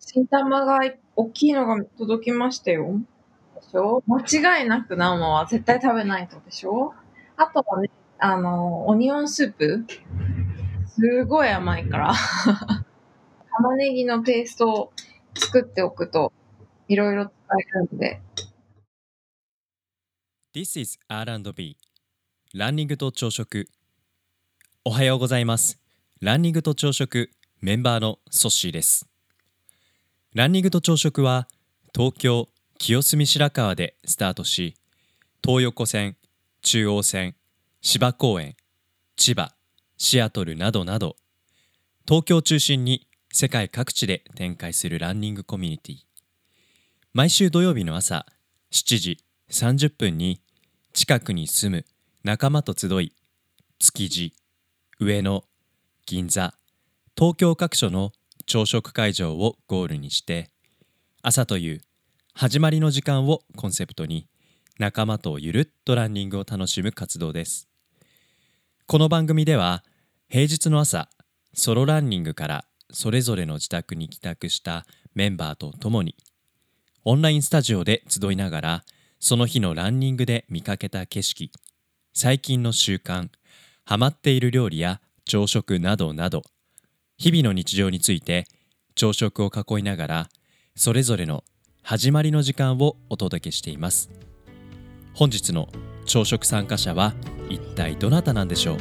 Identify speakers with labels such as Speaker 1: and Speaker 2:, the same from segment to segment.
Speaker 1: 新玉が大きいのが届きましたよ。でしょ間違いなく生は絶対食べないとでしょあとはね、あの、オニオンスープ。すごい甘いから。 玉ねぎのペーストを作っておくと、いろいろ使えるので。
Speaker 2: This is R&B ランニングと朝食おはようございますランニングと朝食メンバーのソッシーですランニングと朝食は東京清澄白河でスタートし東横線中央線芝公園千葉シアトルなどなど東京を中心に世界各地で展開するランニングコミュニティ毎週土曜日の朝7時30分に近くに住む仲間と集い築地上野銀座東京各所の朝食会場をゴールにして朝という始まりの時間をコンセプトに仲間とゆるっとランニングを楽しむ活動ですこの番組では平日の朝ソロランニングからそれぞれの自宅に帰宅したメンバーと共にオンラインスタジオで集いながらその日のランニングで見かけた景色最近の習慣ハマっている料理や朝食などなど日々の日常について朝食を囲いながらそれぞれの始まりの時間をお届けしています本日の朝食参加者は一体どなたなんでしょう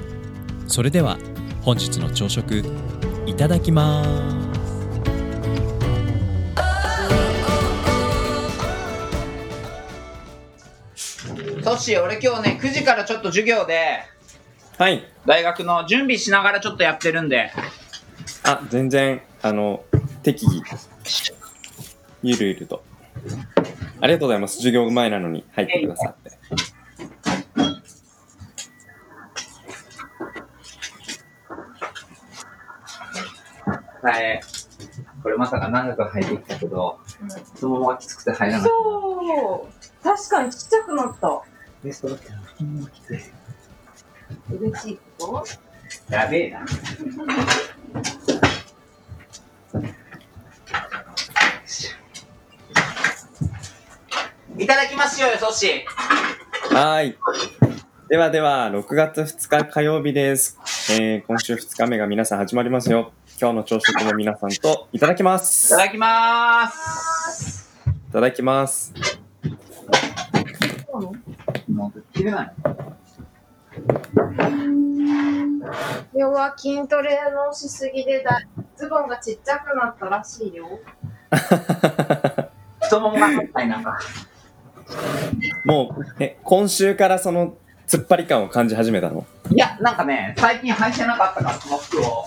Speaker 2: それでは本日の朝食いただきます
Speaker 3: ソッシー、俺今日ね、9時からちょっと授業で、
Speaker 2: はい
Speaker 3: 大学の準備しながらちょっとやってるんで、
Speaker 2: あ全然あの適宜ゆるゆるとありがとうございます授業前なのに入ってくださって
Speaker 3: はい。これまさか長く履いてきたけど、そのままきつくて入らない。
Speaker 4: そう確かにちっちゃくなった
Speaker 3: ベストだったな。ほんまきつい。
Speaker 4: 嬉しいこ
Speaker 3: やべえな。いただきますよ、ソッシー。
Speaker 5: はーい。ではでは、6月2日火曜日です。えー、今週2日目が皆さん始まりますよ。今日の朝食も皆さんといただきま
Speaker 3: い
Speaker 5: す。
Speaker 3: た
Speaker 5: い
Speaker 3: だきます。
Speaker 5: ただきます。
Speaker 3: もう切れない。
Speaker 4: 要は筋トレのしすぎでだズボンがちっちゃくなったらしいよ
Speaker 3: 太ももが入ったりなんか。
Speaker 5: もう、え、今週からその、突っ張り感を感じ始めたの。
Speaker 3: いや、なんかね、最近履いてなかったから、この服を。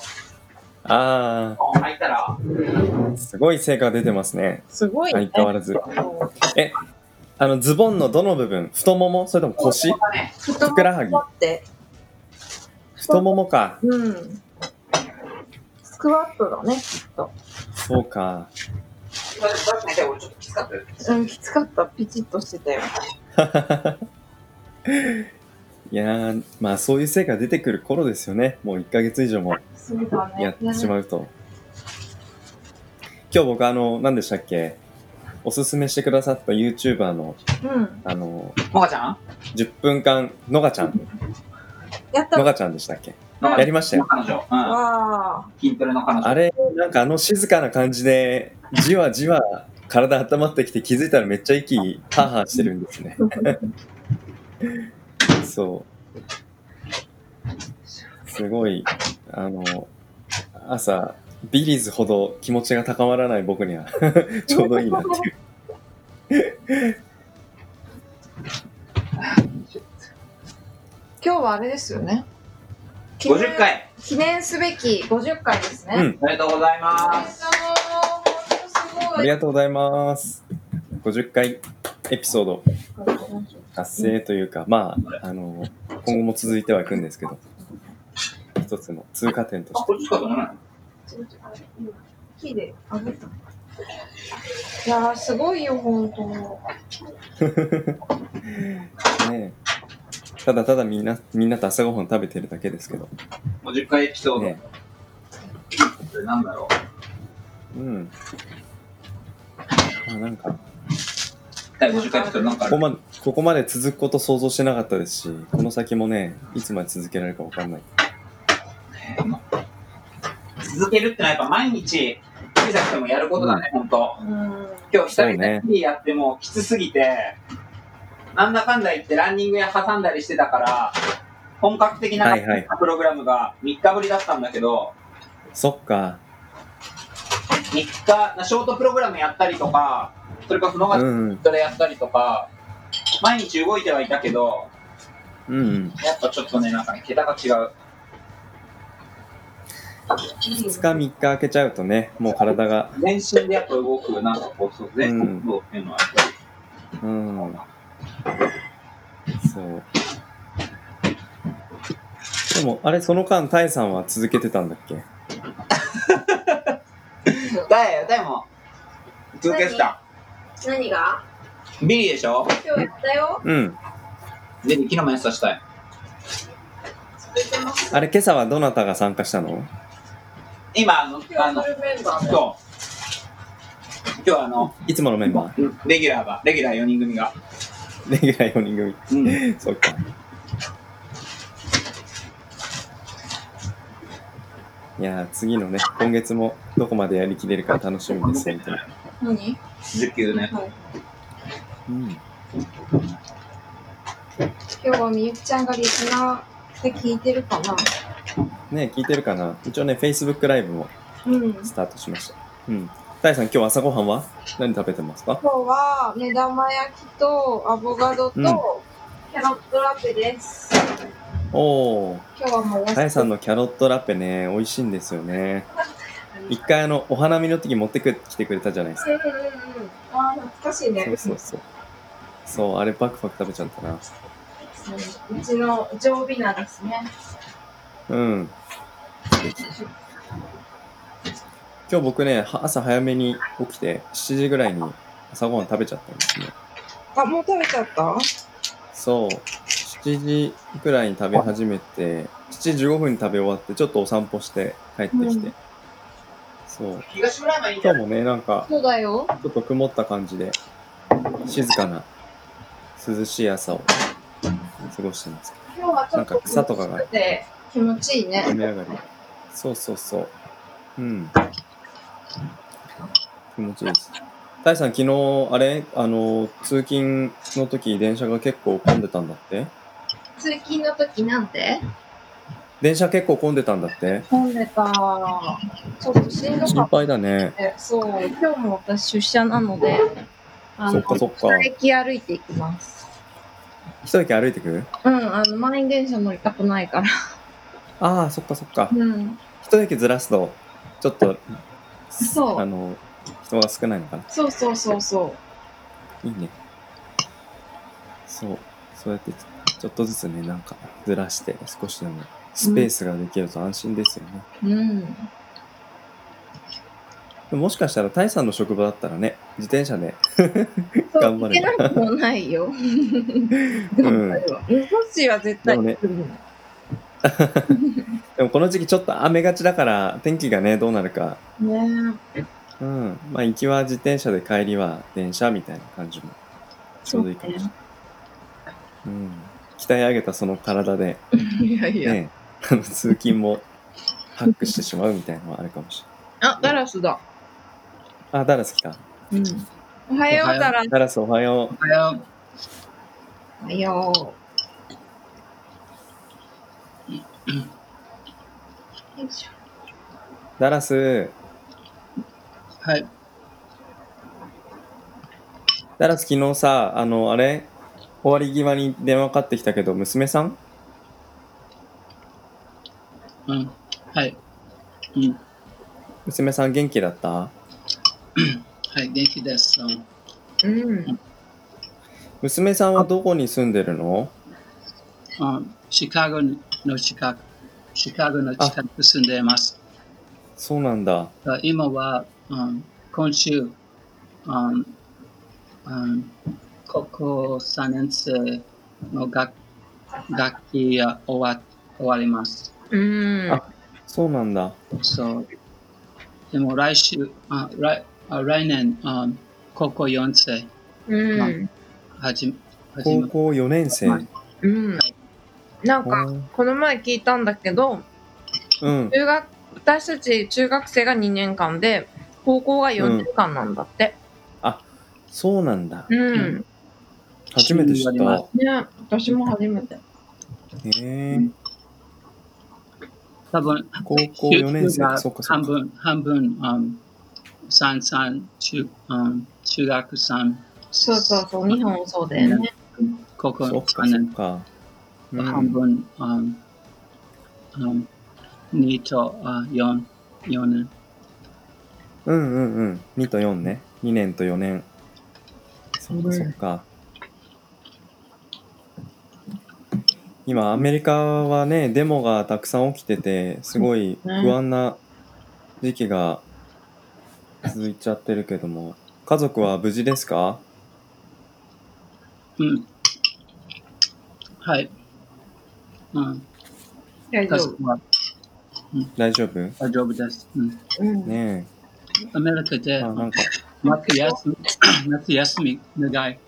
Speaker 5: あ
Speaker 3: 履いたら、
Speaker 5: ー、すごい成果が出てますね。
Speaker 1: すごい、
Speaker 5: 相
Speaker 1: ね。
Speaker 5: 変わらず。え、あの、ズボンのどの部分太ももそれとも腰
Speaker 3: またね、
Speaker 5: ふくらはぎ
Speaker 4: 待って
Speaker 5: 太ももか。
Speaker 4: うんスクワットだね
Speaker 5: そうか。
Speaker 3: これ出してみて、俺ちょっときつかったよ。
Speaker 4: うんきつかったピチッとしてたよ
Speaker 5: いやー、まあそういう成果が出てくる頃ですよね。もう1ヶ月以上も。
Speaker 4: そうだね
Speaker 5: やってしまうと。今日僕、あの、何でしたっけおすすめしてくださった YouTuber の、
Speaker 4: うん
Speaker 5: あの、
Speaker 3: もかちゃん
Speaker 5: 10分間、のがちゃん、
Speaker 4: やった
Speaker 5: の
Speaker 4: わ
Speaker 5: がちゃんでしたっけ
Speaker 3: の
Speaker 5: やりましたよ。
Speaker 3: 彼女。うん。
Speaker 4: あ
Speaker 3: 筋トレの彼女。
Speaker 5: あれ、なんかあの静かな感じで、じわじわ体温まってきて気づいたらめっちゃ息、ハーハーしてるんです ね。そう。すごい、あの、朝、ビリーズほど気持ちが高まらない僕には ちょうどいいなっていう。
Speaker 4: 今日はあれですよね記念
Speaker 3: 50回。
Speaker 4: 記念すべき50回ですね、
Speaker 5: うん
Speaker 3: おめでとうございま
Speaker 4: お
Speaker 3: す。
Speaker 5: あり
Speaker 4: めで
Speaker 5: がとうございます。50回エピソード
Speaker 4: とうございますごい
Speaker 5: 達成というか、まあ、あの、今後も続いてはいくんですけど、一つの通過点と
Speaker 3: あ、
Speaker 5: して。
Speaker 3: これちょっとじゃない
Speaker 4: 木であげた。いやーすごいよ本当。
Speaker 5: ねえ、ただただみんなみんなと朝ごはん食べてるだけですけど、
Speaker 3: ?50 回エピソード。
Speaker 5: ね
Speaker 3: なんだろ
Speaker 5: うん、
Speaker 2: あなんか
Speaker 6: 第50回来たらなんかあ
Speaker 2: ここ
Speaker 6: る
Speaker 2: までここまで続くこと想像してなかったですしこの先もねいつまで続けられるかわかんない
Speaker 6: 続けるってのはやっぱ毎日小さくてもやることだね、本当
Speaker 7: うん。
Speaker 6: 今日久
Speaker 2: そうね
Speaker 6: 々にやってもきつすぎて、なんだかんだ言ってランニングや挟んだりしてたから、本格的な
Speaker 2: はいはい
Speaker 6: プログラムが3日ぶりだったんだけど、
Speaker 2: そっか
Speaker 6: 3日、ショートプログラムやったりとか、それこそ野
Speaker 2: うん
Speaker 6: 方
Speaker 2: うん
Speaker 6: それやったりとか、毎日動いてはいたけど、
Speaker 2: うんうん
Speaker 6: やっぱちょっとね、なんかね、桁が違う。
Speaker 2: 2日3日空けちゃうとねもう体が
Speaker 6: 全身でやっぱ動く、なんかこう、そう全身運動っていうのはやっぱり、
Speaker 2: うんそうでもあれその間タイさんは続けてたんだっけ
Speaker 6: だよ、だよもう、続けてた。
Speaker 7: 何が
Speaker 6: ビリでしょ
Speaker 7: 今日やったよ。
Speaker 2: うん
Speaker 6: ビリ、昨日もやってたしたい。
Speaker 7: 続いてます。
Speaker 2: あれ今朝はどなたが参加したの
Speaker 6: 今、あの、
Speaker 7: 今
Speaker 6: あ
Speaker 7: 日
Speaker 6: の
Speaker 7: はフ、ルメンバーだよ。
Speaker 6: そう。今日あの、
Speaker 2: いつものメンバー
Speaker 6: レギュラーが、レギュラー4人組が。
Speaker 2: レギュラー4人組
Speaker 6: うん。
Speaker 2: そっか。いやー次のね、今月もどこまでやりきれるか楽しみですね。
Speaker 4: 何
Speaker 6: 19ね。
Speaker 2: うん、
Speaker 7: 今日はみゆきちゃんがリスナーで聞いてるかな。
Speaker 2: ね聞いてるかな一応ね、Facebook ライブも
Speaker 7: うん。今
Speaker 2: スタートしました。うん。タイさん、今日朝ごはんは何食べてますか
Speaker 7: 日は目玉焼きとアボカドとキ
Speaker 2: うん
Speaker 7: ャロットラペです。
Speaker 2: おー、
Speaker 7: 今日はもうお
Speaker 2: タイさんのキャロットラペね、美味しいんですよね。一回あの、お花見の時持ってく来てくれたじゃないです
Speaker 7: うんうんうんうん。あー懐かしいね。
Speaker 2: か。そうそうそう。そう、あれパクパク食べちゃったな。
Speaker 7: うんうちの常備菜ですね。
Speaker 2: うん。今日僕ね、は朝早めに起きて、7時ぐらいに朝ごはん食べちゃったんですね。
Speaker 7: あ、もう食べちゃった
Speaker 2: そう。7時ぐらいに食べ始めて、7時15分に食べ終わって、ちょっとお散歩して帰ってきて。
Speaker 7: うん
Speaker 2: そう。
Speaker 6: 東村山いいん
Speaker 2: 今日もね、なんか、
Speaker 7: そうだよ。
Speaker 2: ちょっと曇った感じで、静かな、涼しい朝を過ごしてます。
Speaker 7: 今日はちょっ
Speaker 2: なん
Speaker 7: と
Speaker 2: か草とかが
Speaker 7: 涼しくて気持ちいいね。
Speaker 2: 雨上がり。そうそうそう。うん。気持ちいいです。タイさん、昨日、あれあの、通勤の時、電車が結構混んでたんだって
Speaker 7: 通勤の時なんて
Speaker 2: 電車結構混んでたんだって
Speaker 7: 混んでた。ちょっとしんどか
Speaker 2: 心
Speaker 7: っ
Speaker 2: 配だね。
Speaker 7: た。そう。
Speaker 4: 今日も私出社なので、あ
Speaker 2: そ
Speaker 4: の
Speaker 2: っ、かそっか。
Speaker 4: 駅歩いていきます。
Speaker 2: 一駅歩いてく
Speaker 4: うん、あの、満員電車乗りたくないから。
Speaker 2: ああ、そっかそっか。
Speaker 4: うん。
Speaker 2: 一駅ずらすと、ちょっと、
Speaker 4: そ
Speaker 2: あ
Speaker 4: う。
Speaker 2: の、人が少ないのかな。
Speaker 4: そうそうそうそ
Speaker 2: いいね。そう。そうやって、ちょっとずつね、なんか、ずらして、少しでも、スペースができると安心ですよね。
Speaker 4: う。うん。
Speaker 2: でももしかしたら、タイさんの職場だったらね、自転車で。
Speaker 4: そう
Speaker 2: 頑張れ
Speaker 4: いけなくもない よ。
Speaker 2: うん
Speaker 4: 頑張るわ。うん、ソッシーは絶対
Speaker 2: でもねでもこの時期ちょっと雨がちだから、天気がね、どうなるか。
Speaker 4: ね
Speaker 2: うん。まあ、行きは自転車で帰りは電車みたいな感じも。ちょうどいいかもしれない。うん。鍛え上げたその体で、
Speaker 4: え。いやいや。
Speaker 2: ね、あの通勤もハックしてしまうみたいなのはあるかもしれ
Speaker 4: あ、ガラスだ。
Speaker 2: ない。あ、ダラス来た。
Speaker 4: うん。おはよう、ガラス。
Speaker 2: ダラスおはよ
Speaker 6: だよ。
Speaker 4: おはよう。よいしょ
Speaker 2: う。ダラス、
Speaker 6: はい。
Speaker 2: ダラス昨日さ、あの、あれ終わり際に電話かかってきたけど、娘さん
Speaker 6: うん。はい。うん。
Speaker 2: 娘さん元気だった
Speaker 6: はい、元気です。うん
Speaker 4: うん。
Speaker 2: 娘さんはどこに住んでるの
Speaker 6: うん、シカゴの近く、シカゴの近く住んでいます。
Speaker 2: そうなんだ。
Speaker 6: あ今は、うん、今週、うんうん、高校3年生の学学期が終わ終わります。
Speaker 4: うん。
Speaker 2: あそうなんだ。
Speaker 6: そう。でも来週、あ来あ来年あ、高校4生
Speaker 4: うん。
Speaker 6: はじめ始
Speaker 2: 高
Speaker 6: め
Speaker 2: 校4年生。
Speaker 6: はい
Speaker 4: うん。なんか、
Speaker 2: う
Speaker 4: この前聞いたんだけど、
Speaker 2: ん。
Speaker 4: 中学、私たち中学生が2年間で、高校が4年間なんだって。
Speaker 2: そうなんだ。
Speaker 4: うん。
Speaker 6: ん
Speaker 2: 初めて知っ
Speaker 6: 気になり
Speaker 2: た
Speaker 6: ま。
Speaker 4: ね私も初めて。
Speaker 2: へえ
Speaker 6: 多分
Speaker 2: 高校4年生
Speaker 6: が
Speaker 2: そっかそっ
Speaker 6: 半
Speaker 2: か。
Speaker 6: 分半分、うん、三三中、うん、中学三
Speaker 4: そうそうそう、日本もそうだよね。
Speaker 6: 高校
Speaker 2: そっ
Speaker 6: 3
Speaker 2: かそ
Speaker 6: 年
Speaker 2: っか。う
Speaker 6: 半
Speaker 2: ん、
Speaker 6: 分、うんうん、2とあ4、4年。
Speaker 2: うんうんうん。2と4ね。2年と4年。そっ
Speaker 4: う
Speaker 2: か
Speaker 4: ん
Speaker 2: そっか。今、アメリカはね、デモがたくさん起きてて、すごい不安な時期が続いちゃってるけども、家族は無事ですか
Speaker 6: うん。はい。うん、
Speaker 4: 大丈
Speaker 6: 家
Speaker 4: 夫。
Speaker 6: 族は
Speaker 2: 大丈夫
Speaker 6: 大丈夫です。うん、
Speaker 4: うん。
Speaker 2: ね
Speaker 6: アメリカ
Speaker 2: え。
Speaker 6: で
Speaker 2: あ、なんか、
Speaker 6: 夏休み、夏休み長い。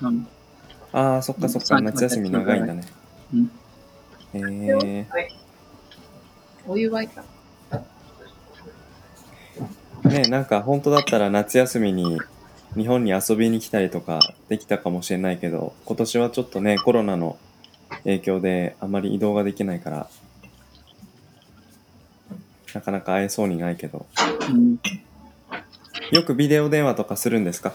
Speaker 6: うん、
Speaker 2: ああ、そっかそっか、夏休み長いんだね。
Speaker 6: うん
Speaker 2: えー、
Speaker 4: お湯沸いた。
Speaker 2: ねなんか本当だったら夏休みに日本に遊びに来たりとかできたかもしれないけど今年はちょっとねコロナの影響であまり移動ができないからなかなか会えそうにないけど
Speaker 6: うん
Speaker 2: よくビデオ電話とかするんですか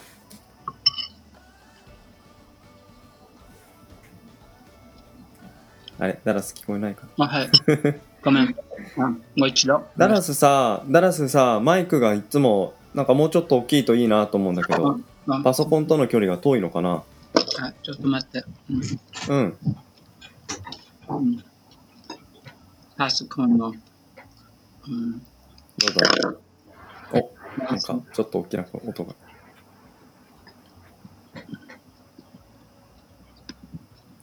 Speaker 2: あれダラス聞こえないか
Speaker 6: あはい。ごめん。うんもう一度。
Speaker 2: ダラスさダラスさマイクがいつもなんかもうちょっと大きいといいなと思うんだけど
Speaker 6: うん
Speaker 2: パソコンとの距離が遠いのかな
Speaker 6: あちょっと待って。うん
Speaker 2: うん
Speaker 6: うんパソコンの、うん、
Speaker 2: どうぞ。お、なんかちょっと大きな音が。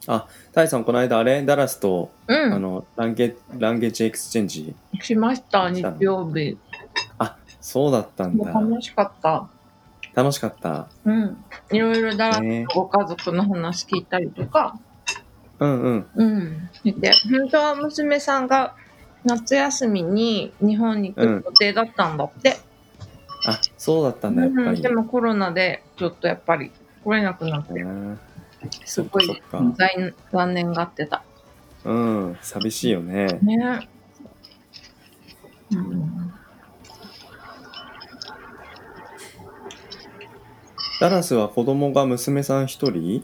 Speaker 2: あ、タイさん、この間あれ、ダラスと、
Speaker 4: う
Speaker 2: あ
Speaker 4: ん。
Speaker 2: のランゲ、ランゲージエクスチェンジ。
Speaker 4: しました、日曜日。
Speaker 2: あ、そうだったん
Speaker 4: もう
Speaker 2: だ。
Speaker 4: 楽しかった。
Speaker 2: 楽しかった。
Speaker 4: うん。いろいろだら
Speaker 2: ね、
Speaker 4: ご家族の話聞いたりとか、
Speaker 2: うんうん。
Speaker 4: うん。で、本当は娘さんが夏休みに日本に来る予定だったんだって。
Speaker 2: あ、そうだったんだ、やっ
Speaker 4: う
Speaker 2: ぱ
Speaker 4: ん、
Speaker 2: り。
Speaker 4: でもコロナでちょっとやっぱり来れなくなって、
Speaker 2: うん
Speaker 4: すごい
Speaker 2: そっか。
Speaker 4: 残残念がってた。
Speaker 2: うん、寂しいよね。
Speaker 4: ね。うん、
Speaker 2: ダラスは子供が娘さん一人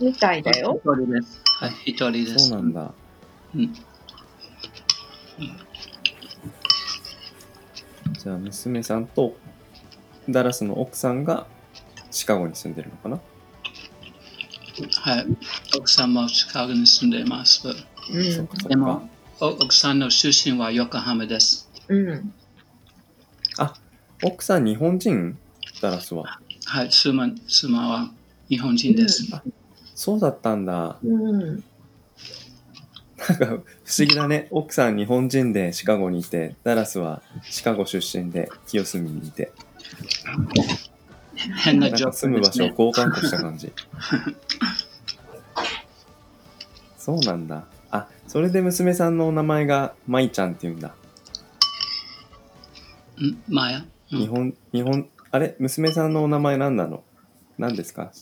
Speaker 4: みたいだよ
Speaker 6: 一。人です。はい、一人です。
Speaker 2: そうなんだ。
Speaker 6: うん。
Speaker 2: じゃあ娘さんとダラスの奥さんがシカゴに住んでるのかな
Speaker 6: はい。奥さんもシカゴに住んでいます。
Speaker 4: う
Speaker 2: そっ
Speaker 4: ん。
Speaker 2: かそっ
Speaker 6: で
Speaker 2: か
Speaker 6: も、お奥さんの出身は横浜です。
Speaker 4: うん。
Speaker 2: 奥さん日本人ダラスは
Speaker 6: はい、妻妻は日本人です。
Speaker 2: そうだったんだ
Speaker 4: うん。
Speaker 2: なんか不思議だね奥さん日本人でシカゴにいてダラスはシカゴ出身で清澄にいて
Speaker 6: 変
Speaker 2: な
Speaker 6: なんジョ
Speaker 2: か住
Speaker 6: ー
Speaker 2: む
Speaker 6: クで
Speaker 2: 場
Speaker 6: す
Speaker 2: 所を
Speaker 6: ね。
Speaker 2: 交換とした感 じそうなんだあそれで娘さんのお名前がマイちゃんっていうんだ
Speaker 6: うんマヤ、う
Speaker 2: 日
Speaker 6: ん、
Speaker 2: 本日本あれ娘さんのお名前何なの何ですか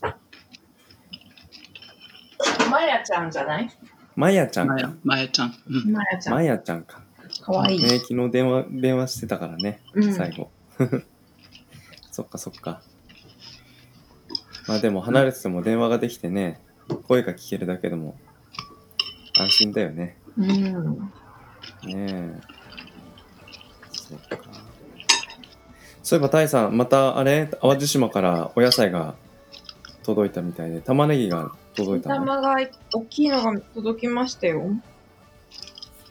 Speaker 4: まやちゃんじゃない
Speaker 2: マヤちゃん
Speaker 6: マ
Speaker 2: か
Speaker 6: ヤ、マヤちゃん。うん
Speaker 4: まやちゃん。
Speaker 2: マヤちゃんか。
Speaker 4: かわいい。
Speaker 2: ね、昨日電話、電話してたからね、
Speaker 4: うん
Speaker 2: 最後。 そっかそっか。まあでも離れてても電話ができてね、声が聞けるだけでも安心だよね。
Speaker 4: うん。
Speaker 2: ねえ。そっか。そういえば、タイさん、またあれ、淡路島からお野菜が届いたみたいで、玉ねぎが届いたの。
Speaker 4: 玉が大きいのが届きましたよ。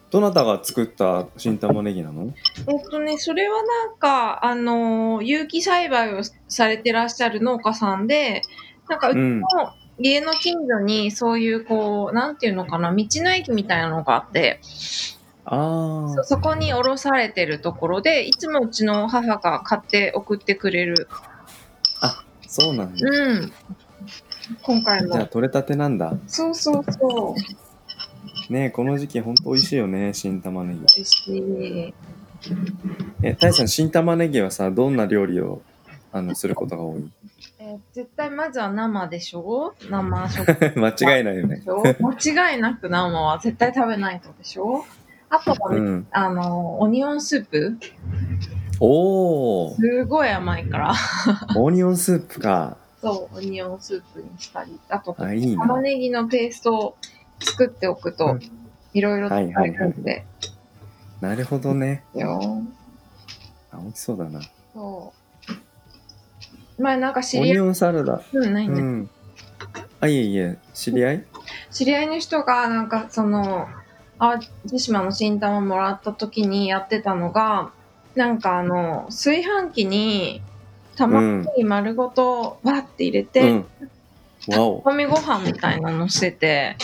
Speaker 2: どなたが作った新玉ねぎなの
Speaker 4: えっとね、それはなんか、あのー有機栽培をされてらっしゃる農家さんで、なんか、う
Speaker 2: う
Speaker 4: ち
Speaker 2: ん。
Speaker 4: の家の近所に、そういう、こう、なんていうのかな、道の駅みたいなのがあって、
Speaker 2: ああ
Speaker 4: そ。そこにおろされてるところで、いつもうちの母が買って送ってくれる。
Speaker 2: そうなんだ。
Speaker 4: うん。今回
Speaker 2: じゃあ
Speaker 4: も。
Speaker 2: 取れたてなんだ。
Speaker 4: そうそうそう。
Speaker 2: ねえ、この時期ほんと美味しいよね、新玉ね
Speaker 4: 嬉しい。
Speaker 2: ぎ。え、タイさん、新玉ねぎはさ、どんな料理をあのすることが多い
Speaker 4: えー絶対まずは生でしょ生食で
Speaker 2: 間違いないよね。
Speaker 4: しょ間違いなく生は絶対食べないとでしょあとは
Speaker 2: う
Speaker 4: ね、
Speaker 2: ん。
Speaker 4: あの、オニオンスープ
Speaker 2: おー、
Speaker 4: すごい甘いから。
Speaker 2: オニオンスープか。
Speaker 4: そう、オニオンスープにしたり。あと、
Speaker 2: あ、いいな。
Speaker 4: 玉ねぎのペーストを作っておく
Speaker 2: う
Speaker 4: と
Speaker 2: ん、
Speaker 4: いろいろ
Speaker 2: はいはいはい
Speaker 4: んで。
Speaker 2: なるほどね。
Speaker 4: よ。
Speaker 2: あ、美味しそうだな。
Speaker 4: そう。前なんか知
Speaker 2: オ
Speaker 4: り合
Speaker 2: ニ
Speaker 4: い、
Speaker 2: オンサラダ。
Speaker 4: うん、ないん
Speaker 2: う
Speaker 4: だ
Speaker 2: ん。あ、いえいえ、知り合い
Speaker 4: 知り合いの人がなんかその淡路島の新玉もらった時にやってたのがなんかあの炊飯器に卵に丸ごとわって入れ
Speaker 2: う
Speaker 4: て、
Speaker 2: ん。わお。
Speaker 4: 炊き込みご飯みたいなのしてて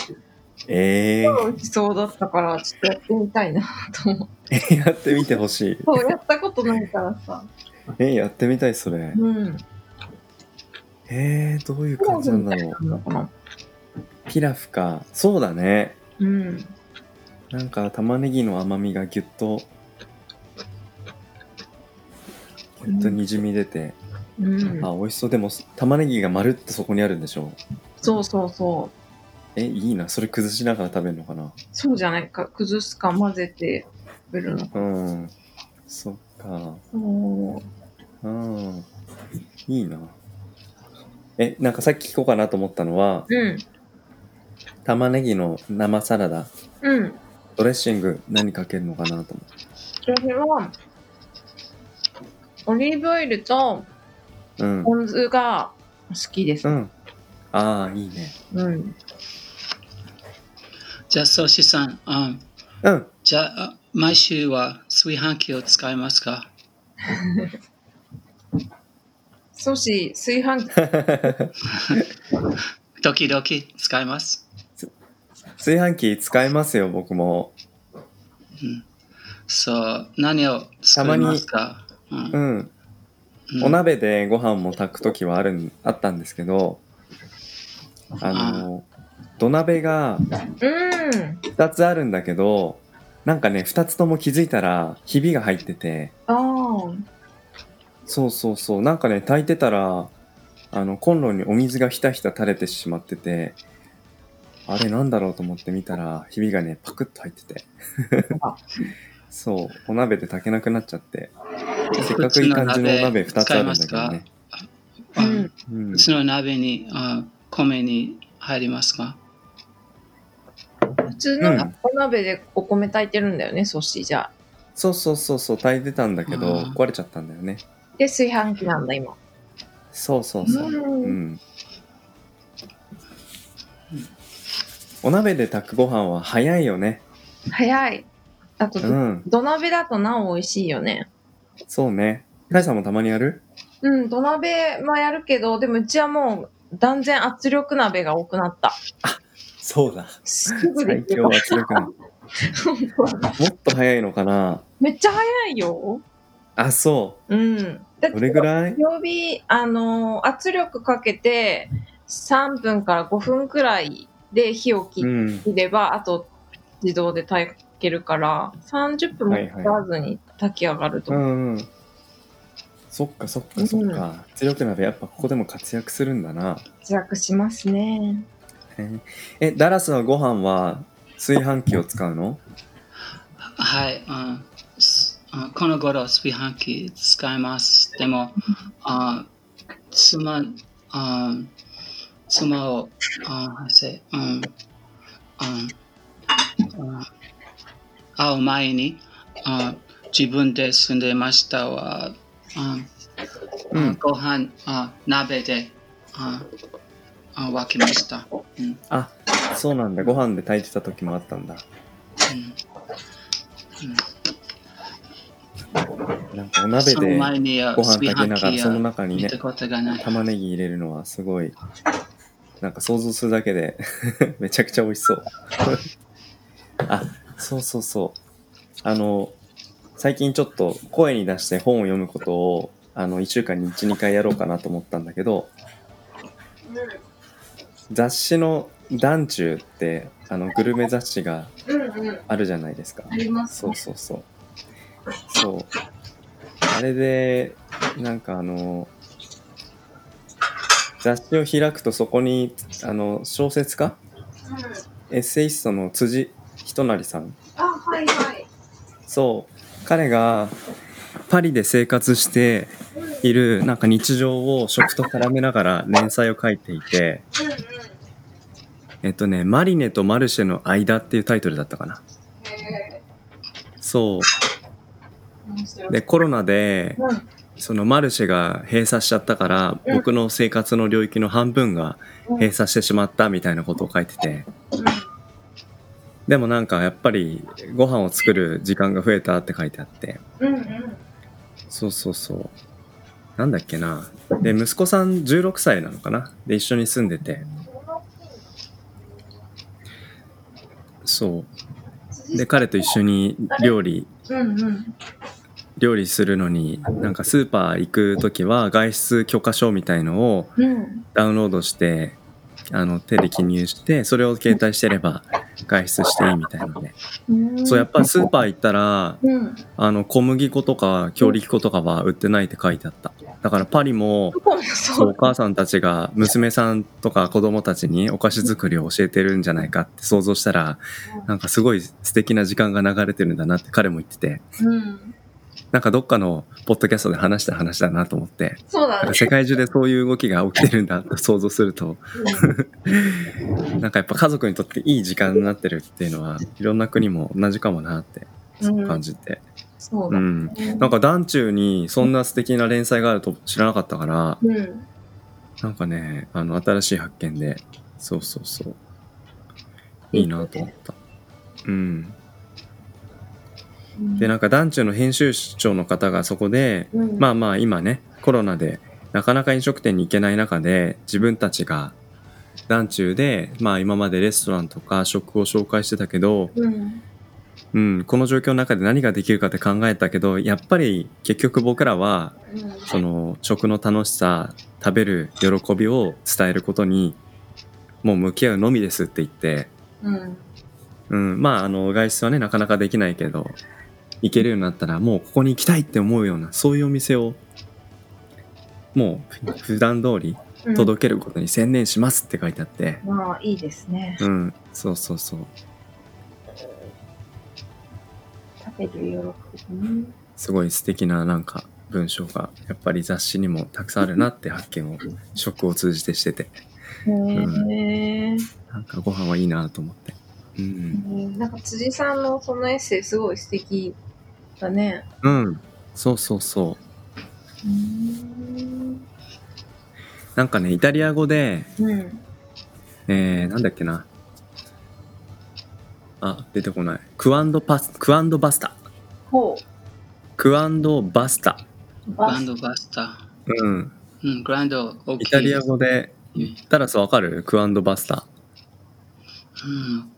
Speaker 2: えー
Speaker 4: 美味しそうだったからちょっとやってみたいな と思って
Speaker 2: やってみてほしい。
Speaker 4: そうやったことないからさ
Speaker 2: え、やってみたい、それ。
Speaker 4: うん
Speaker 2: えー、どういう感じなんだろう。
Speaker 4: なのかな
Speaker 2: ピラフか。そうだね。
Speaker 4: うん
Speaker 2: なんか玉ねぎの甘みがぎゅっと、ぎゅっとにじみ出て。
Speaker 4: うん
Speaker 2: あ、美味しそう。でも、玉ねぎがまるっとそこにあるんでしょ
Speaker 4: そうそうそう
Speaker 2: え、いいな。それ崩しながら食べるのかな
Speaker 4: そうじゃないか崩すか混ぜて食べるの
Speaker 2: うん。そっか。
Speaker 4: そう
Speaker 2: うん。いいな。え、なんかさっき聞こうかなと思ったのは、
Speaker 4: うん
Speaker 2: 玉ねぎの生サラダ、
Speaker 4: うん
Speaker 2: ドレッシング何かけるのかなと思って。
Speaker 4: 私はオリーブオイルと
Speaker 2: うん。
Speaker 4: ポン酢が好きです
Speaker 2: う。ん。ああ、いいね。
Speaker 4: うん。
Speaker 6: じゃあ、ソシさん、あ
Speaker 2: うん。
Speaker 6: じゃあ、毎週は炊飯器を使いますか
Speaker 4: そし、炊飯器、
Speaker 6: 時々使います。
Speaker 2: 炊飯器使えますよ、僕も。
Speaker 6: そう、何を作りますかうん
Speaker 2: うん。
Speaker 6: うん
Speaker 2: お鍋でご飯も炊くときはあるん、あったんですけど、あの、土鍋が
Speaker 4: うん。
Speaker 2: 2つあるんだけど、なんかね、2つとも気づいたら、ひびが入ってて、
Speaker 4: ああ。
Speaker 2: そうそうそう。なんかね、炊いてたら、あの、コンロにお水がひたひた垂れてしまってて、あれなんだろうと思って見たら、ひびがね、パクッと入ってて
Speaker 4: あ。
Speaker 2: そう、お鍋で炊けなくなっちゃって、
Speaker 6: じゃあ
Speaker 2: せっかくいい感じのお鍋
Speaker 6: 普
Speaker 2: 2つ
Speaker 6: 通
Speaker 2: あるんだけ
Speaker 6: の鍋使い
Speaker 2: ど
Speaker 6: ます
Speaker 2: ね
Speaker 4: う
Speaker 6: か。うん
Speaker 4: ん。
Speaker 2: うん
Speaker 6: 普、通の鍋にあ米に入りますか
Speaker 4: 普通
Speaker 2: う
Speaker 4: の
Speaker 2: ん
Speaker 4: お鍋でお米炊いてるんだよね、そし、じゃあ。
Speaker 2: そうそうそうそう、炊いてたんだけど
Speaker 6: あー、
Speaker 2: 壊れちゃったんだよね。
Speaker 4: で、炊飯器なんだ、今。
Speaker 2: そうそうそう。
Speaker 4: うん
Speaker 2: うん。お鍋で炊くご飯は早いよね。
Speaker 4: 早い。あと、
Speaker 2: うん。
Speaker 4: 土鍋だとなお美味しいよね。
Speaker 2: そうね。タイさんもたまにやる
Speaker 4: うん、土鍋もやるけど、でもうちはもう断然圧力鍋が多くなった。
Speaker 2: そうだ。
Speaker 4: すぐで
Speaker 2: 最
Speaker 4: きる
Speaker 2: 強。圧力 鍋。もっと早いのかな
Speaker 4: めっちゃ早いよ。
Speaker 2: あ、そ
Speaker 4: うん。だっ
Speaker 2: う。
Speaker 4: て
Speaker 2: どれぐらい
Speaker 4: 曜日、あのー圧力かけて3分から5分くらいで火を切
Speaker 2: うん。
Speaker 4: れば、あと自動で炊けるから30分も
Speaker 2: はいはい
Speaker 4: かからずに炊き上がると
Speaker 2: う
Speaker 4: 思う、
Speaker 2: んうん。そっかそっかそっか。圧力鍋やっぱここでも活躍するんだな。
Speaker 4: 活躍しますね
Speaker 2: へーえ、ダラスはご飯は炊飯器を使うの
Speaker 6: はい、あすあこの頃炊飯器使います。でも、あ妻あ妻をあせ、うんうん、あ会う前にあ自分で住んでましたは、あ
Speaker 2: うん。
Speaker 6: ご飯あ鍋でああ分けました。うん
Speaker 2: あ、そうなんだ。ご飯で炊いてた時もあったんだ。なんかお鍋
Speaker 6: その
Speaker 2: で
Speaker 6: 前に
Speaker 2: ご飯炊きながら、その中に
Speaker 6: 見
Speaker 2: ね
Speaker 6: た、ことがない。
Speaker 2: 玉ねぎ入れるのはすごい、なんか想像するだけで めちゃくちゃ美味しそう。あ、そうそうそう。あの、最近ちょっと声に出して本を読むことをあの1週間に12回やろうかなと思ったんだけど雑誌の「ダンチュー」ってあのグルメ雑誌が
Speaker 7: うんうん。
Speaker 2: あるじゃないですか
Speaker 7: あります
Speaker 2: そうそうそうそうあれでなんかあの雑誌を開くとそこにあの小説家
Speaker 7: うん。
Speaker 2: エッセイストの辻仁成さん
Speaker 7: あ、はいはい。
Speaker 2: そう彼がパリで生活しているなんか日常を食と絡めながら連載を書いていて
Speaker 7: うんうん。
Speaker 2: えっとね「マリネとマルシェの間」っていうタイトルだったかな
Speaker 7: へ
Speaker 2: そ
Speaker 4: 面白
Speaker 2: う
Speaker 4: い。
Speaker 2: でコロナで
Speaker 4: うん
Speaker 2: そのマルシェが閉鎖しちゃったから
Speaker 4: うん
Speaker 2: 僕の生活の領域の半分が閉鎖してしまったみたいなことを書いててでもなんかやっぱりご飯を作る時間が増えたって書いてあって
Speaker 7: うんうん。
Speaker 2: そうそうそう。なんだっけな。で、息子さん16歳なのかな。で、一緒に住んでて。そう。で、彼と一緒に料理、
Speaker 4: うんうん。
Speaker 2: 料理するのに、なんかスーパー行くときは外出許可証みたいのを
Speaker 4: うん。
Speaker 2: ダウンロードして、あの、手で記入して、それを携帯してれば外出していいみたいなので。
Speaker 4: うん。
Speaker 2: そう、やっぱスーパー行ったら、
Speaker 4: うん。
Speaker 2: あの、小麦粉とか強力粉とかは売ってないって書いてあった。だからパリも、
Speaker 4: どこもそ
Speaker 2: そうお
Speaker 4: う。
Speaker 2: 母さんたちが娘さんとか子供たちにお菓子作りを教えてるんじゃないかって想像したらなんかすごい素敵な時間が流れてるんだなって彼も言ってて
Speaker 4: うん。
Speaker 2: なんかどっかのポッドキャストで話した話だなと思って
Speaker 4: そう
Speaker 2: な
Speaker 4: だ
Speaker 2: ん
Speaker 4: ね
Speaker 2: か。世界中でそういう動きが起きてるんだと想像すると なんかやっぱ家族にとっていい時間になってるっていうのはいろんな国も同じかもなって感じて、
Speaker 4: そう
Speaker 2: う
Speaker 4: だ。
Speaker 2: ん、なんか団中にそんな素敵な連載があると知らなかったから
Speaker 4: うん。
Speaker 2: なんかね、あの、新しい発見で、そうそうそう。いいなと思った。うん。で、なんか、団中の編集長の方がそこで、
Speaker 4: うん
Speaker 2: まあまあ、今ね、コロナで、なかなか飲食店に行けない中で、自分たちが、団中で、まあ今までレストランとか食を紹介してたけど、
Speaker 4: うん。
Speaker 2: うん、この状況の中で何ができるかって考えたけど、やっぱり結局僕らは、その食の楽しさ食べる喜びを伝えることにもう向き合うのみですって言って、
Speaker 4: うん。
Speaker 2: うん、まああの外出はねなかなかできないけど行けるようになったらもうここに行きたいって思うようなそういうお店をもうふ普段通り
Speaker 4: うん
Speaker 2: 届けることに専念しますって書いてあって、
Speaker 4: まあ、いいですね。
Speaker 2: うん、そうそうそう
Speaker 4: 食べる喜びね。
Speaker 2: すごい素敵ななんか文章がやっぱり雑誌にもたくさんあるなって発見を食を通じてしてて
Speaker 4: へえ。
Speaker 2: なんかご飯はいいなと思って。うん
Speaker 4: うんなんか辻さんのそのエッセイすごい素敵だね。
Speaker 2: うん、そうそうそう。
Speaker 4: うん。
Speaker 2: なんかね、イタリア語で、
Speaker 4: うん。
Speaker 2: えー、なんだっけな。あ、出てこない。クアンドパス、クアンドバスタ。
Speaker 4: ほ
Speaker 2: クアンドバスタ。
Speaker 4: う。
Speaker 6: グ
Speaker 4: バ
Speaker 6: ラン
Speaker 4: ス
Speaker 6: ドバスタ。
Speaker 2: うん。
Speaker 6: うん、グランド、大きい。
Speaker 2: イタリア語で、言ったらさ、わかるクアンドバスタ。
Speaker 6: うん。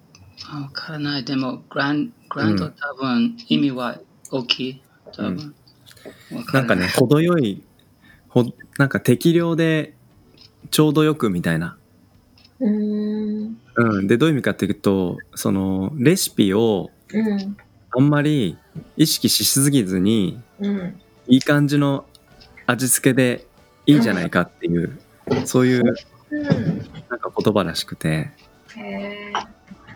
Speaker 6: あわからない。でも、グラン、グラン
Speaker 2: う
Speaker 6: ド
Speaker 2: ん
Speaker 6: 多分、意味は大きい。多分。わ
Speaker 2: な
Speaker 6: ら
Speaker 2: んかね、。程よい、ほ、なんか適量で、ちょうどよくみたいな。
Speaker 4: うん。
Speaker 2: うん。で、どういう意味かっていうと、その、レシピを、
Speaker 4: うん。
Speaker 2: あんまり意識しすぎずに、
Speaker 4: うん。
Speaker 2: いい感じの味付けでいいじゃないかっていう、そういう
Speaker 4: うん。
Speaker 2: なんか言葉らしくて
Speaker 4: へえ。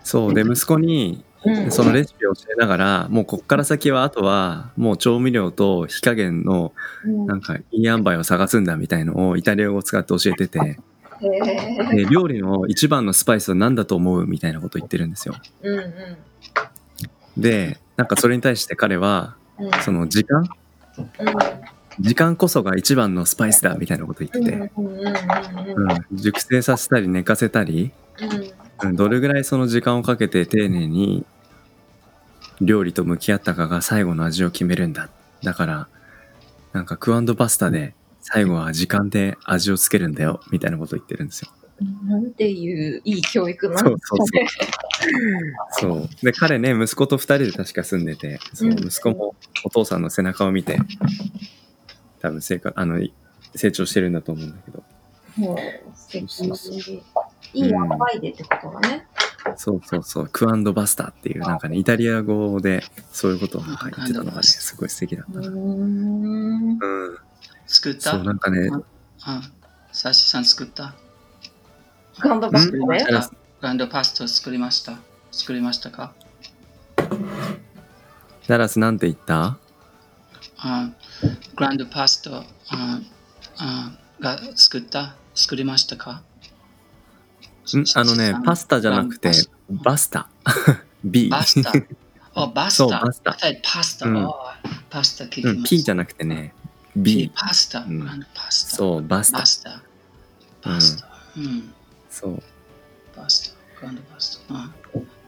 Speaker 2: そうで息子に
Speaker 4: うん。
Speaker 2: そのレシピを教えながらもうこっから先はあとはもう調味料と火加減の
Speaker 4: うん
Speaker 2: なんかいい塩梅を探すんだみたいのをイタリア語を使って教えてて
Speaker 4: へえ。
Speaker 2: で料理の一番のスパイスは何だと思うみたいなことを言ってるんですよ
Speaker 4: うんう
Speaker 2: でなんかそれに対して彼は
Speaker 4: ん。うん。
Speaker 2: その時間
Speaker 4: う
Speaker 2: 時間こそが一番のスパイスだみたいなこと言って
Speaker 4: ん。
Speaker 2: て、
Speaker 4: うんうんうんうん
Speaker 2: うん、熟成させたり寝かせたり
Speaker 4: うん。
Speaker 2: うんどれぐらいその時間をかけて丁寧に料理と向き合ったかが最後の味を決めるんだ。だから、なんかクアンドパスタで最後は時間で味をつけるんだよ、みたいなこと言ってるんですよ。
Speaker 4: なんていういい教育なん
Speaker 2: そ
Speaker 4: だ
Speaker 2: うそうそう。そう。で、彼ね、息子と二人で確か住んでて、そうう、
Speaker 4: ん
Speaker 2: 息子もお父さんの背中を見て、多分成果あのい成長してるんだと思うんだけど
Speaker 7: もう素敵
Speaker 2: そうそう
Speaker 7: いいアバイデってことだね。
Speaker 2: そうそうそうクアンドバスターっていうなんかねイタリア語でそういうことをなんか言ってたのがねすごい素敵だった
Speaker 7: う
Speaker 2: な、
Speaker 7: ーん。
Speaker 2: うん、
Speaker 6: 作った
Speaker 2: そうなんかね
Speaker 6: うん。サシさん作った
Speaker 7: ガンドバッ
Speaker 6: 作
Speaker 7: グ
Speaker 6: りま
Speaker 7: で
Speaker 6: し。た。グランドパスタ作りました。作りましたか
Speaker 2: ナラスなんて言った
Speaker 6: うん。グランドパスタ、うんうん、が作った作りましたか
Speaker 2: んあのねパスタじゃなくてバスタ B
Speaker 6: パスタ。あ、パス
Speaker 2: そう
Speaker 6: タ。
Speaker 2: パスタ
Speaker 6: I said パスタ。
Speaker 2: うん
Speaker 6: あパスタ聞き
Speaker 2: う
Speaker 6: ます。
Speaker 2: ん P じゃなくてね
Speaker 6: P
Speaker 2: B
Speaker 6: パスタ。
Speaker 2: うん
Speaker 6: グランドパスタ。
Speaker 2: そうバスタ
Speaker 6: パスタ。パスタ。うん。
Speaker 2: そう
Speaker 6: パスタ。グランドパスタ。うん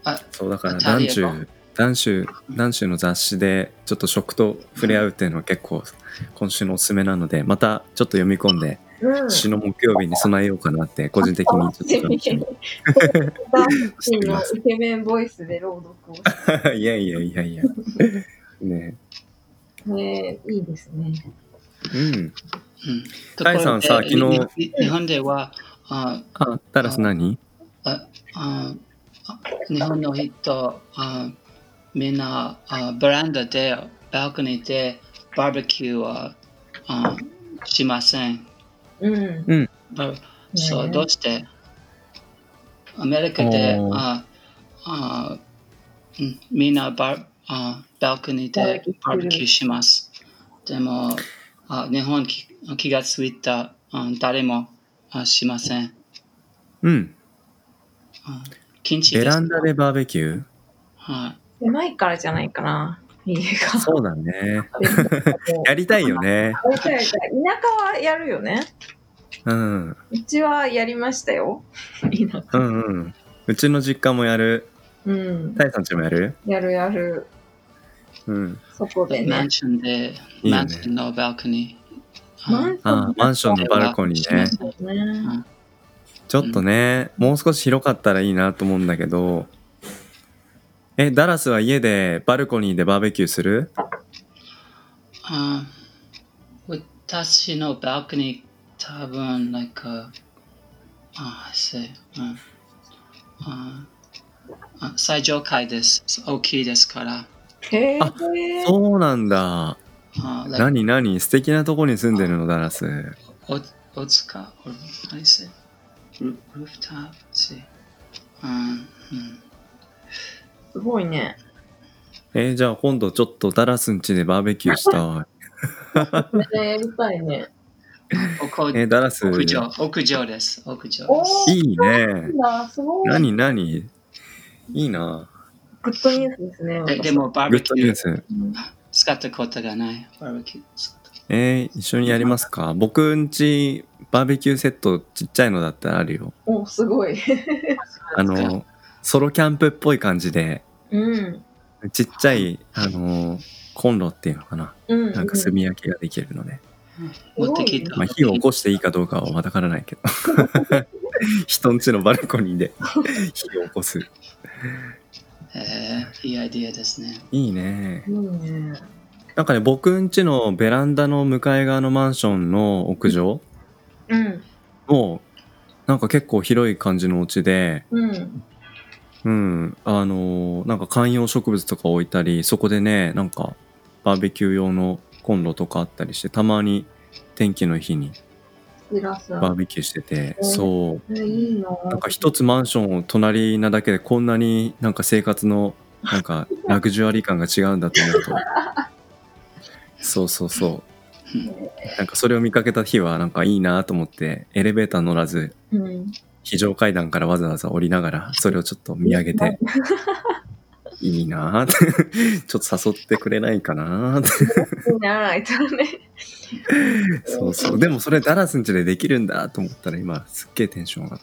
Speaker 6: あ、
Speaker 2: そうだから
Speaker 6: イタ
Speaker 2: 男
Speaker 6: リア語
Speaker 2: 中男中男中の雑誌でちょっと食と触れ合うっていうのは結構今週のおすすめなのでまたちょっと読み込んで
Speaker 7: うん。
Speaker 2: 死の木曜日に備えようかなって個人的にちょっと楽しみ
Speaker 7: ダンシーのイケメンボイスで朗読 をし
Speaker 2: いやいやいやいやね
Speaker 7: て、ね、いいですね。
Speaker 2: うん
Speaker 6: うん。
Speaker 2: タイさんさ
Speaker 6: ところで
Speaker 2: 昨
Speaker 6: に日本では、あ
Speaker 2: あタラス何
Speaker 6: あああ日本の人あみんなあベランダでバルコニーでバーベキューはあしません。
Speaker 7: うん。
Speaker 6: バ
Speaker 7: え
Speaker 6: そうどうしてアメリカで
Speaker 2: おー
Speaker 6: ああうんみんなバあバルコニーでバ
Speaker 7: バー
Speaker 6: ーベ
Speaker 7: ベキ
Speaker 6: キュ
Speaker 7: ュ
Speaker 6: ーします。でもあ日本気気がついたあ誰もあしません。
Speaker 2: うん
Speaker 6: あ禁止
Speaker 2: ベ
Speaker 6: です
Speaker 2: ランダでバーベキュー
Speaker 6: はい
Speaker 7: 狭いからじゃないかな。家が。
Speaker 2: そうだ ね
Speaker 7: もう
Speaker 2: やりたいよね
Speaker 7: やりたいやりたい田舎はやるよね。
Speaker 2: うん
Speaker 7: うちはやりましたよ。田
Speaker 2: う
Speaker 7: 舎。
Speaker 2: んうんうちの実家もやる
Speaker 7: うん。
Speaker 2: タイさんちもやる
Speaker 7: やるやる。
Speaker 2: うん
Speaker 7: そこで
Speaker 6: マ
Speaker 7: ね
Speaker 6: ン。ションで、
Speaker 2: いい
Speaker 6: マ
Speaker 2: よ
Speaker 6: ンショ
Speaker 2: ね
Speaker 6: ンのバルコニー。
Speaker 7: マンショ
Speaker 2: あ
Speaker 7: ン
Speaker 2: マンションのバルコニーね
Speaker 7: ね。
Speaker 2: ちょっとね、もう少し広かったらいいなと思うんだけど、え、ダラスは家でバルコニーでバーベキューする
Speaker 6: あ私のバルコニー、多分、なんか、あ、そう、うん。ああ最上階です。大きいですから。
Speaker 7: へえ。
Speaker 2: あそうなんだ。
Speaker 6: あなんか
Speaker 2: 何何素敵なとこに住んでるの、ダラス。
Speaker 6: おおつか、お何でせルルーフタップ、see うんうん
Speaker 7: すごいね。
Speaker 2: えじゃあ今度ちょっとダラスん家でバーベキューした
Speaker 7: ねやりたいね。
Speaker 6: おこ
Speaker 2: い。え、ダラス、
Speaker 6: 屋
Speaker 2: い
Speaker 6: 上、屋上です。屋上
Speaker 7: お
Speaker 6: です。
Speaker 2: いね。
Speaker 7: あ、すごい。
Speaker 2: 何何いいな。
Speaker 7: グッドニュースですね。
Speaker 6: ででも、バー
Speaker 2: グ
Speaker 6: ベ
Speaker 2: ッ
Speaker 6: キ
Speaker 2: ドニュ
Speaker 6: ュー
Speaker 2: ー。ス。
Speaker 6: 使ったことがない。バーベキュー使った
Speaker 2: え一緒にやりますか僕ん家、バーベキューセットちっちゃいのだったらあるよ。
Speaker 7: お、すごい。
Speaker 2: あの、ソロキャンプっぽい感じで。
Speaker 7: うん。
Speaker 2: ちっちゃい、あのーコンロっていうのかな。
Speaker 7: うん。
Speaker 2: なんか炭焼きができるので。
Speaker 6: 持ってきた。
Speaker 2: まあ、火を起こしていいかどうかはわからないけ ど。人んちのバルコニーで火を起こす。
Speaker 6: えーいいアイディアですね。
Speaker 2: いいね。
Speaker 7: いいね。
Speaker 2: なんかね、僕んちのベランダの向かい側のマンションの屋上
Speaker 7: うん。
Speaker 2: も、なんか結構広い感じのお家で、
Speaker 7: うん。
Speaker 2: うん、あのーなんか観葉植物とか置いたり、そこでね、なんかバーベキュー用のコンロとかあったりして、たまに天気の日に
Speaker 7: テラス。
Speaker 2: バーベキューしてて、
Speaker 7: うん
Speaker 2: そ
Speaker 7: えいいな。
Speaker 2: うなんか一つマンションを隣なだけでこんなになんか生活のなんかラグジュアリー感が違うんだと思うとそうそうそうなんかそれを見かけた日はなんかいいなと思ってエレベーター乗らず
Speaker 7: うん。
Speaker 2: 非常階段からわざわざ降りながらそれをちょっと見上げていいなって ちょっと誘ってくれないかなって
Speaker 7: いいな。いたね。
Speaker 2: そうそうでもそれダラスんちでできるんだと思ったら今すっげえテンション上がっ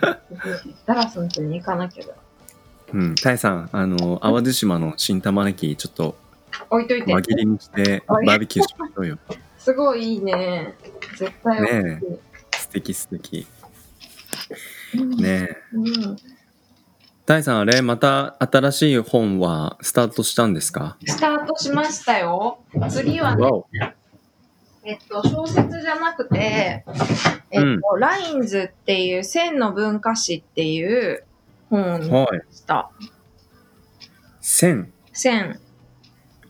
Speaker 2: た。
Speaker 7: ダラスの家に行かなきゃだ。
Speaker 2: うん、タイさん、あの、淡路島の新玉ねぎ、ちょっと
Speaker 7: 置いといて
Speaker 2: 輪。切りにして、バ
Speaker 7: はい
Speaker 2: ーベキューしましょうよ。
Speaker 7: すごいいいね。絶対美味し
Speaker 2: 素敵素敵。
Speaker 7: い。うん
Speaker 2: ねえ。
Speaker 7: うん。
Speaker 2: タイさん、あれ、また新しい本はスタートしたんですか
Speaker 7: スタートしましたよ。次はね、
Speaker 2: わお。
Speaker 4: えっと、小説じゃなくて、えっと、ラインズっていう、千の文化史っていう本に
Speaker 2: はい。
Speaker 4: した。
Speaker 2: 千。
Speaker 4: 千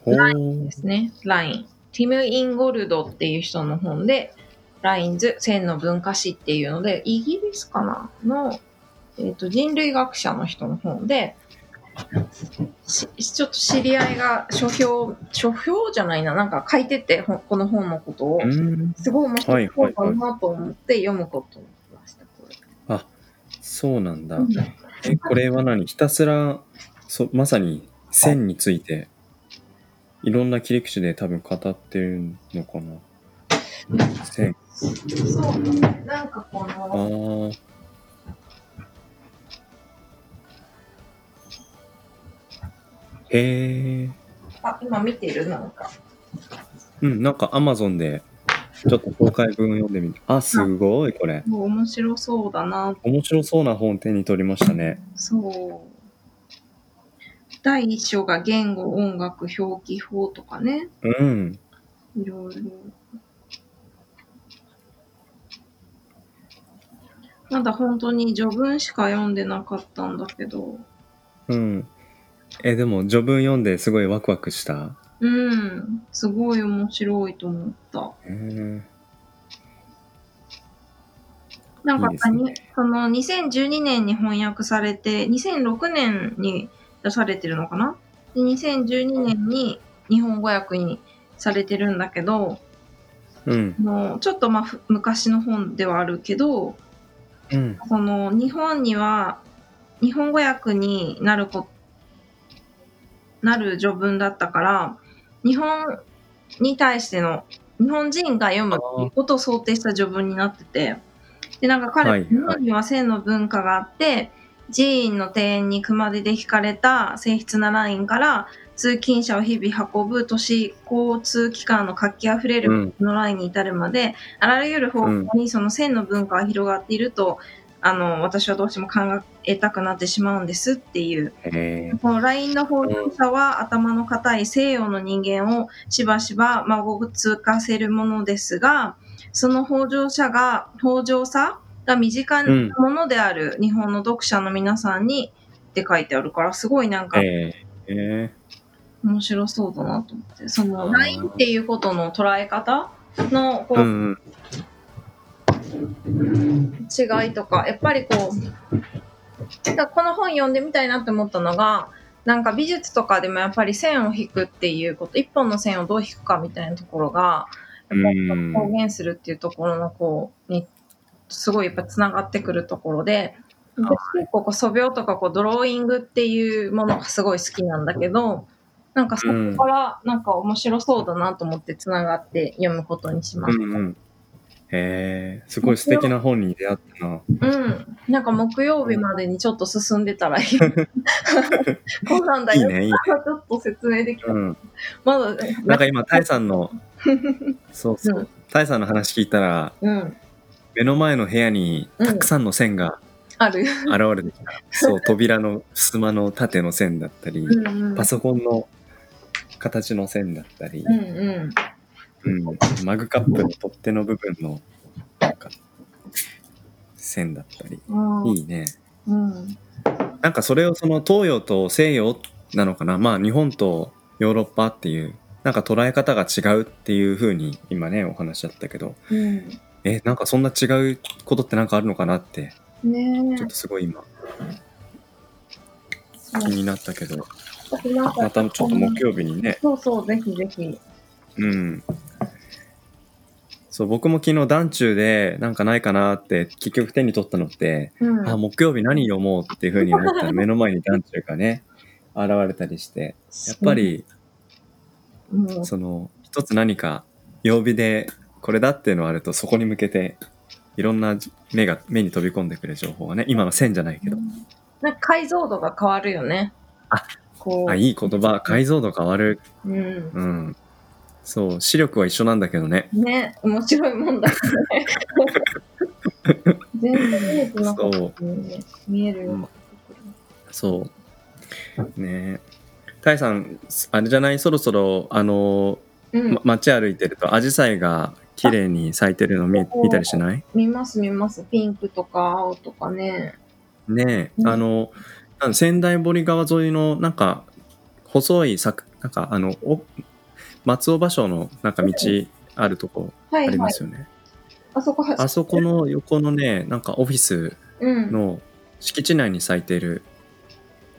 Speaker 2: ほう
Speaker 4: で。すね。ライン。ティム・インゴルドっていう人の本で、ラインズ、千の文化史っていうので、イギリスかなの、えっと、人類学者の人の本で、しちょっと知り合いが書評、書評じゃないな、なんか書いてて、ほこの本のことを。
Speaker 2: うん。
Speaker 4: すごい面白い本だなと思って読むことにしました。これ
Speaker 2: そうなんだ。え、これは何ひたすら、そまさに線について、いろんな切り口で多分語ってるのかな。線。
Speaker 4: そう、なんかこ
Speaker 2: ああ
Speaker 4: の、
Speaker 2: ー。へえ。
Speaker 4: あ、今見てるなんか。
Speaker 2: うん、なんかアマゾンで、ちょっと公開文読んでみて。あ、すごい、これ。
Speaker 4: もう面白そうだな、
Speaker 2: 面白そうな本手に取りましたね。
Speaker 4: そう。第一章が言語、音楽、表記法とかね、
Speaker 2: うん。
Speaker 4: いろいろ。まだ本当に序文しか読んでなかったんだけど、
Speaker 2: うん。え、でも、序文読んですごいワクワクした。
Speaker 4: うん、すごい面白いと思った。
Speaker 2: へー
Speaker 4: なんか
Speaker 2: いいですね
Speaker 4: にその2012年に翻訳されて、2006年に出されてるのかなで ?2012 年に日本語訳にされてるんだけど、
Speaker 2: うん。
Speaker 4: もうちょっとまあふ昔の本ではあるけど、
Speaker 2: うん。
Speaker 4: その日本には日本語訳になるこなる序文だったから、日本に対しての日本人が読むっていうことを想定した序文になってて、で、なんか彼、
Speaker 2: はいはい
Speaker 4: 日本には性の文化があって、寺院の庭園に熊手で引かれた静筆なラインから通勤者を日々運ぶ都市交通機関の活気あふれ
Speaker 2: う
Speaker 4: る
Speaker 2: ん
Speaker 4: このラインに至るまで、あらゆる方向にその線の文化が広がっていると、あの私はどうしても考えたくなってしまうんですっていう
Speaker 2: へ
Speaker 4: この LINE の豊富さは頭の固い西洋の人間をしばしば孫を通過せるものですが、その豊穣者が、豊穣さが身近なものである日本の読者の皆さんにって書いてあるから、すごいなん
Speaker 2: え。
Speaker 4: か
Speaker 2: へえ。
Speaker 4: 面白そうだなと思って、その
Speaker 2: あー
Speaker 4: LINE っていうことの捉え方のこう
Speaker 2: う
Speaker 4: ん
Speaker 2: うん。
Speaker 4: 違いとか、やっぱりこう、なんかこの本読んでみたいなって思ったのが、なんか美術とかでもやっぱり線を引くっていうこと、一本の線をどう引くかみたいなところが、やっぱりこ
Speaker 2: うん
Speaker 4: う表現するっていうところのこう、に、すごいやっぱつながってくるところで、私結構こう素描とかこうドローイングっていうものがすごい好きなんだけど、なんかそこからなんか面白そうだなと思ってつながって読むことにしま
Speaker 2: う
Speaker 4: す。
Speaker 2: んうん。へえ。すごい素敵な本に出会ったな。
Speaker 4: うん。なんか木曜日までにちょっと進んでたらい い。こうなんだ
Speaker 2: いい
Speaker 4: よ。
Speaker 2: ね、いいね。
Speaker 4: ちょっと説明できた。
Speaker 2: うん。
Speaker 4: まだ、
Speaker 2: なんか今、タイさん の、そうそうう。タイさんの話聞いたら、
Speaker 4: うん。
Speaker 2: 目の前の部屋に
Speaker 4: うん
Speaker 2: たくさんの線が
Speaker 4: ある。
Speaker 2: 現れてきた。そう、扉の襖の縦の線だったり、
Speaker 4: うんうん。
Speaker 2: パソコンの形の線だったり
Speaker 4: う、んうん。
Speaker 2: うん、マグカップの取っ手の部分の、なんか、線だったり。
Speaker 4: うん
Speaker 2: いいね。
Speaker 4: うん。
Speaker 2: なんかそれをその東洋と西洋なのかなまあ日本とヨーロッパっていうなんか捉え方が違うっていう風に今ねお話だったけど
Speaker 4: うん。
Speaker 2: えなんかそんな違うことってなんかあるのかなって
Speaker 4: ね
Speaker 2: ちょっとすごい今気になったけど
Speaker 4: え。なん
Speaker 2: ま
Speaker 4: か、
Speaker 2: たちょっと木曜日にね
Speaker 4: そうそう、ぜひぜひ。
Speaker 2: うんそう僕も昨日団中でなんかないかなって結局手に取ったのって
Speaker 4: うん。
Speaker 2: あ木曜日何読もうっていう風に思ったら目の前に団中がね現れたりしてやっぱり
Speaker 4: うん、
Speaker 2: その一つ何か曜日でこれだっていうのがあるとそこに向けていろんな目が目に飛び込んでくる情報がね今の線じゃないけど
Speaker 4: なんか解像度が変わるよね。
Speaker 2: あ、
Speaker 4: こう。
Speaker 2: あいい言葉解像度変わる
Speaker 4: うん。
Speaker 2: うんそう視力は一緒なんだけどね
Speaker 4: ね、面白いもんだね。全然見えてなかった
Speaker 2: そう
Speaker 4: のにね見えるようになってくる。
Speaker 2: そうねえタイさんあれじゃないそろそろあの、
Speaker 4: うん
Speaker 2: ま街歩いてるとアジサイが綺麗に咲いてるの見見たりしない
Speaker 4: 見ます見ます。ピンクとか青とかね。
Speaker 2: ねえ、
Speaker 4: うん
Speaker 2: あのなん仙台堀川沿いのなんか細い柵なんかあのお松尾芭蕉のなんか道あるとこ
Speaker 4: は
Speaker 2: あ
Speaker 4: い
Speaker 2: り
Speaker 4: は
Speaker 2: ま
Speaker 4: い。
Speaker 2: すよね、
Speaker 4: あそこは
Speaker 2: あそこの横のねなんかオフィス
Speaker 4: うん。
Speaker 2: の敷地内に咲いている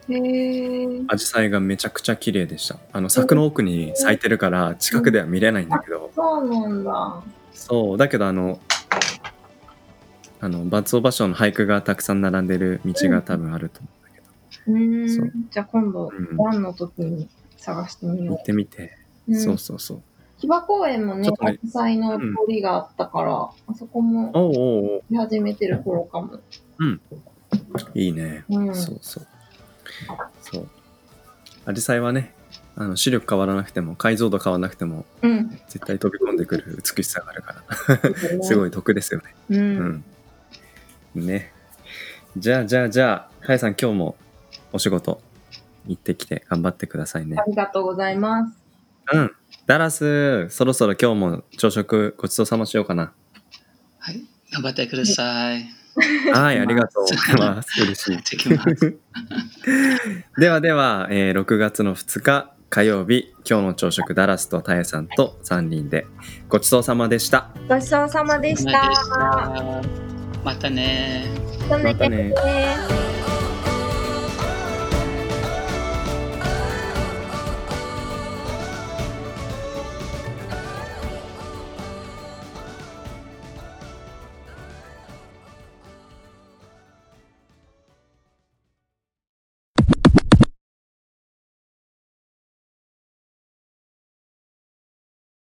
Speaker 4: へー
Speaker 2: アジサイがめちゃくちゃ綺麗でしたあの柵の奥に咲いてるから近くでは見れないんだけど
Speaker 4: そうなんだ。
Speaker 2: そうだけどあのあの松尾芭蕉の俳句がたくさん並んでる道が多分あると思うんだけど、
Speaker 4: うー。
Speaker 2: そうん
Speaker 4: じゃあ今度、
Speaker 2: うん
Speaker 4: ワンの時に探してみ
Speaker 2: 行
Speaker 4: よ
Speaker 2: ってみて、
Speaker 4: う。うん
Speaker 2: そうそうそう
Speaker 4: 木場公園もね
Speaker 2: ちょっ、とね
Speaker 4: アジサイの通りがあったから、あそこも
Speaker 2: おうおうおう
Speaker 4: 見始めてる頃かも。
Speaker 2: いいね、
Speaker 4: うん。
Speaker 2: そうそうそうアジサイはねあの視力変わらなくても解像度変わらなくても
Speaker 4: うん。
Speaker 2: 絶対飛び込んでくる美しさがあるからす
Speaker 4: す
Speaker 2: ご
Speaker 4: い。
Speaker 2: い得ですよね
Speaker 4: う。
Speaker 2: うんんねじゃあじゃあじゃあかえさん今日もお仕事行ってきて頑張ってくださいね
Speaker 4: ありがとうございます。
Speaker 2: うんダラスそろそろ今日も朝食ごちそうさましようかな
Speaker 6: はい。頑張ってください。
Speaker 2: はいありがとうございます嬉しい
Speaker 6: 行ってきます。
Speaker 2: ではでは、えー6月の2日火曜日今日の朝食ダラスとタエさんと3人でごちそうさまでした
Speaker 7: ごちそうさまでした。
Speaker 6: またね。
Speaker 7: また
Speaker 2: またね
Speaker 7: ね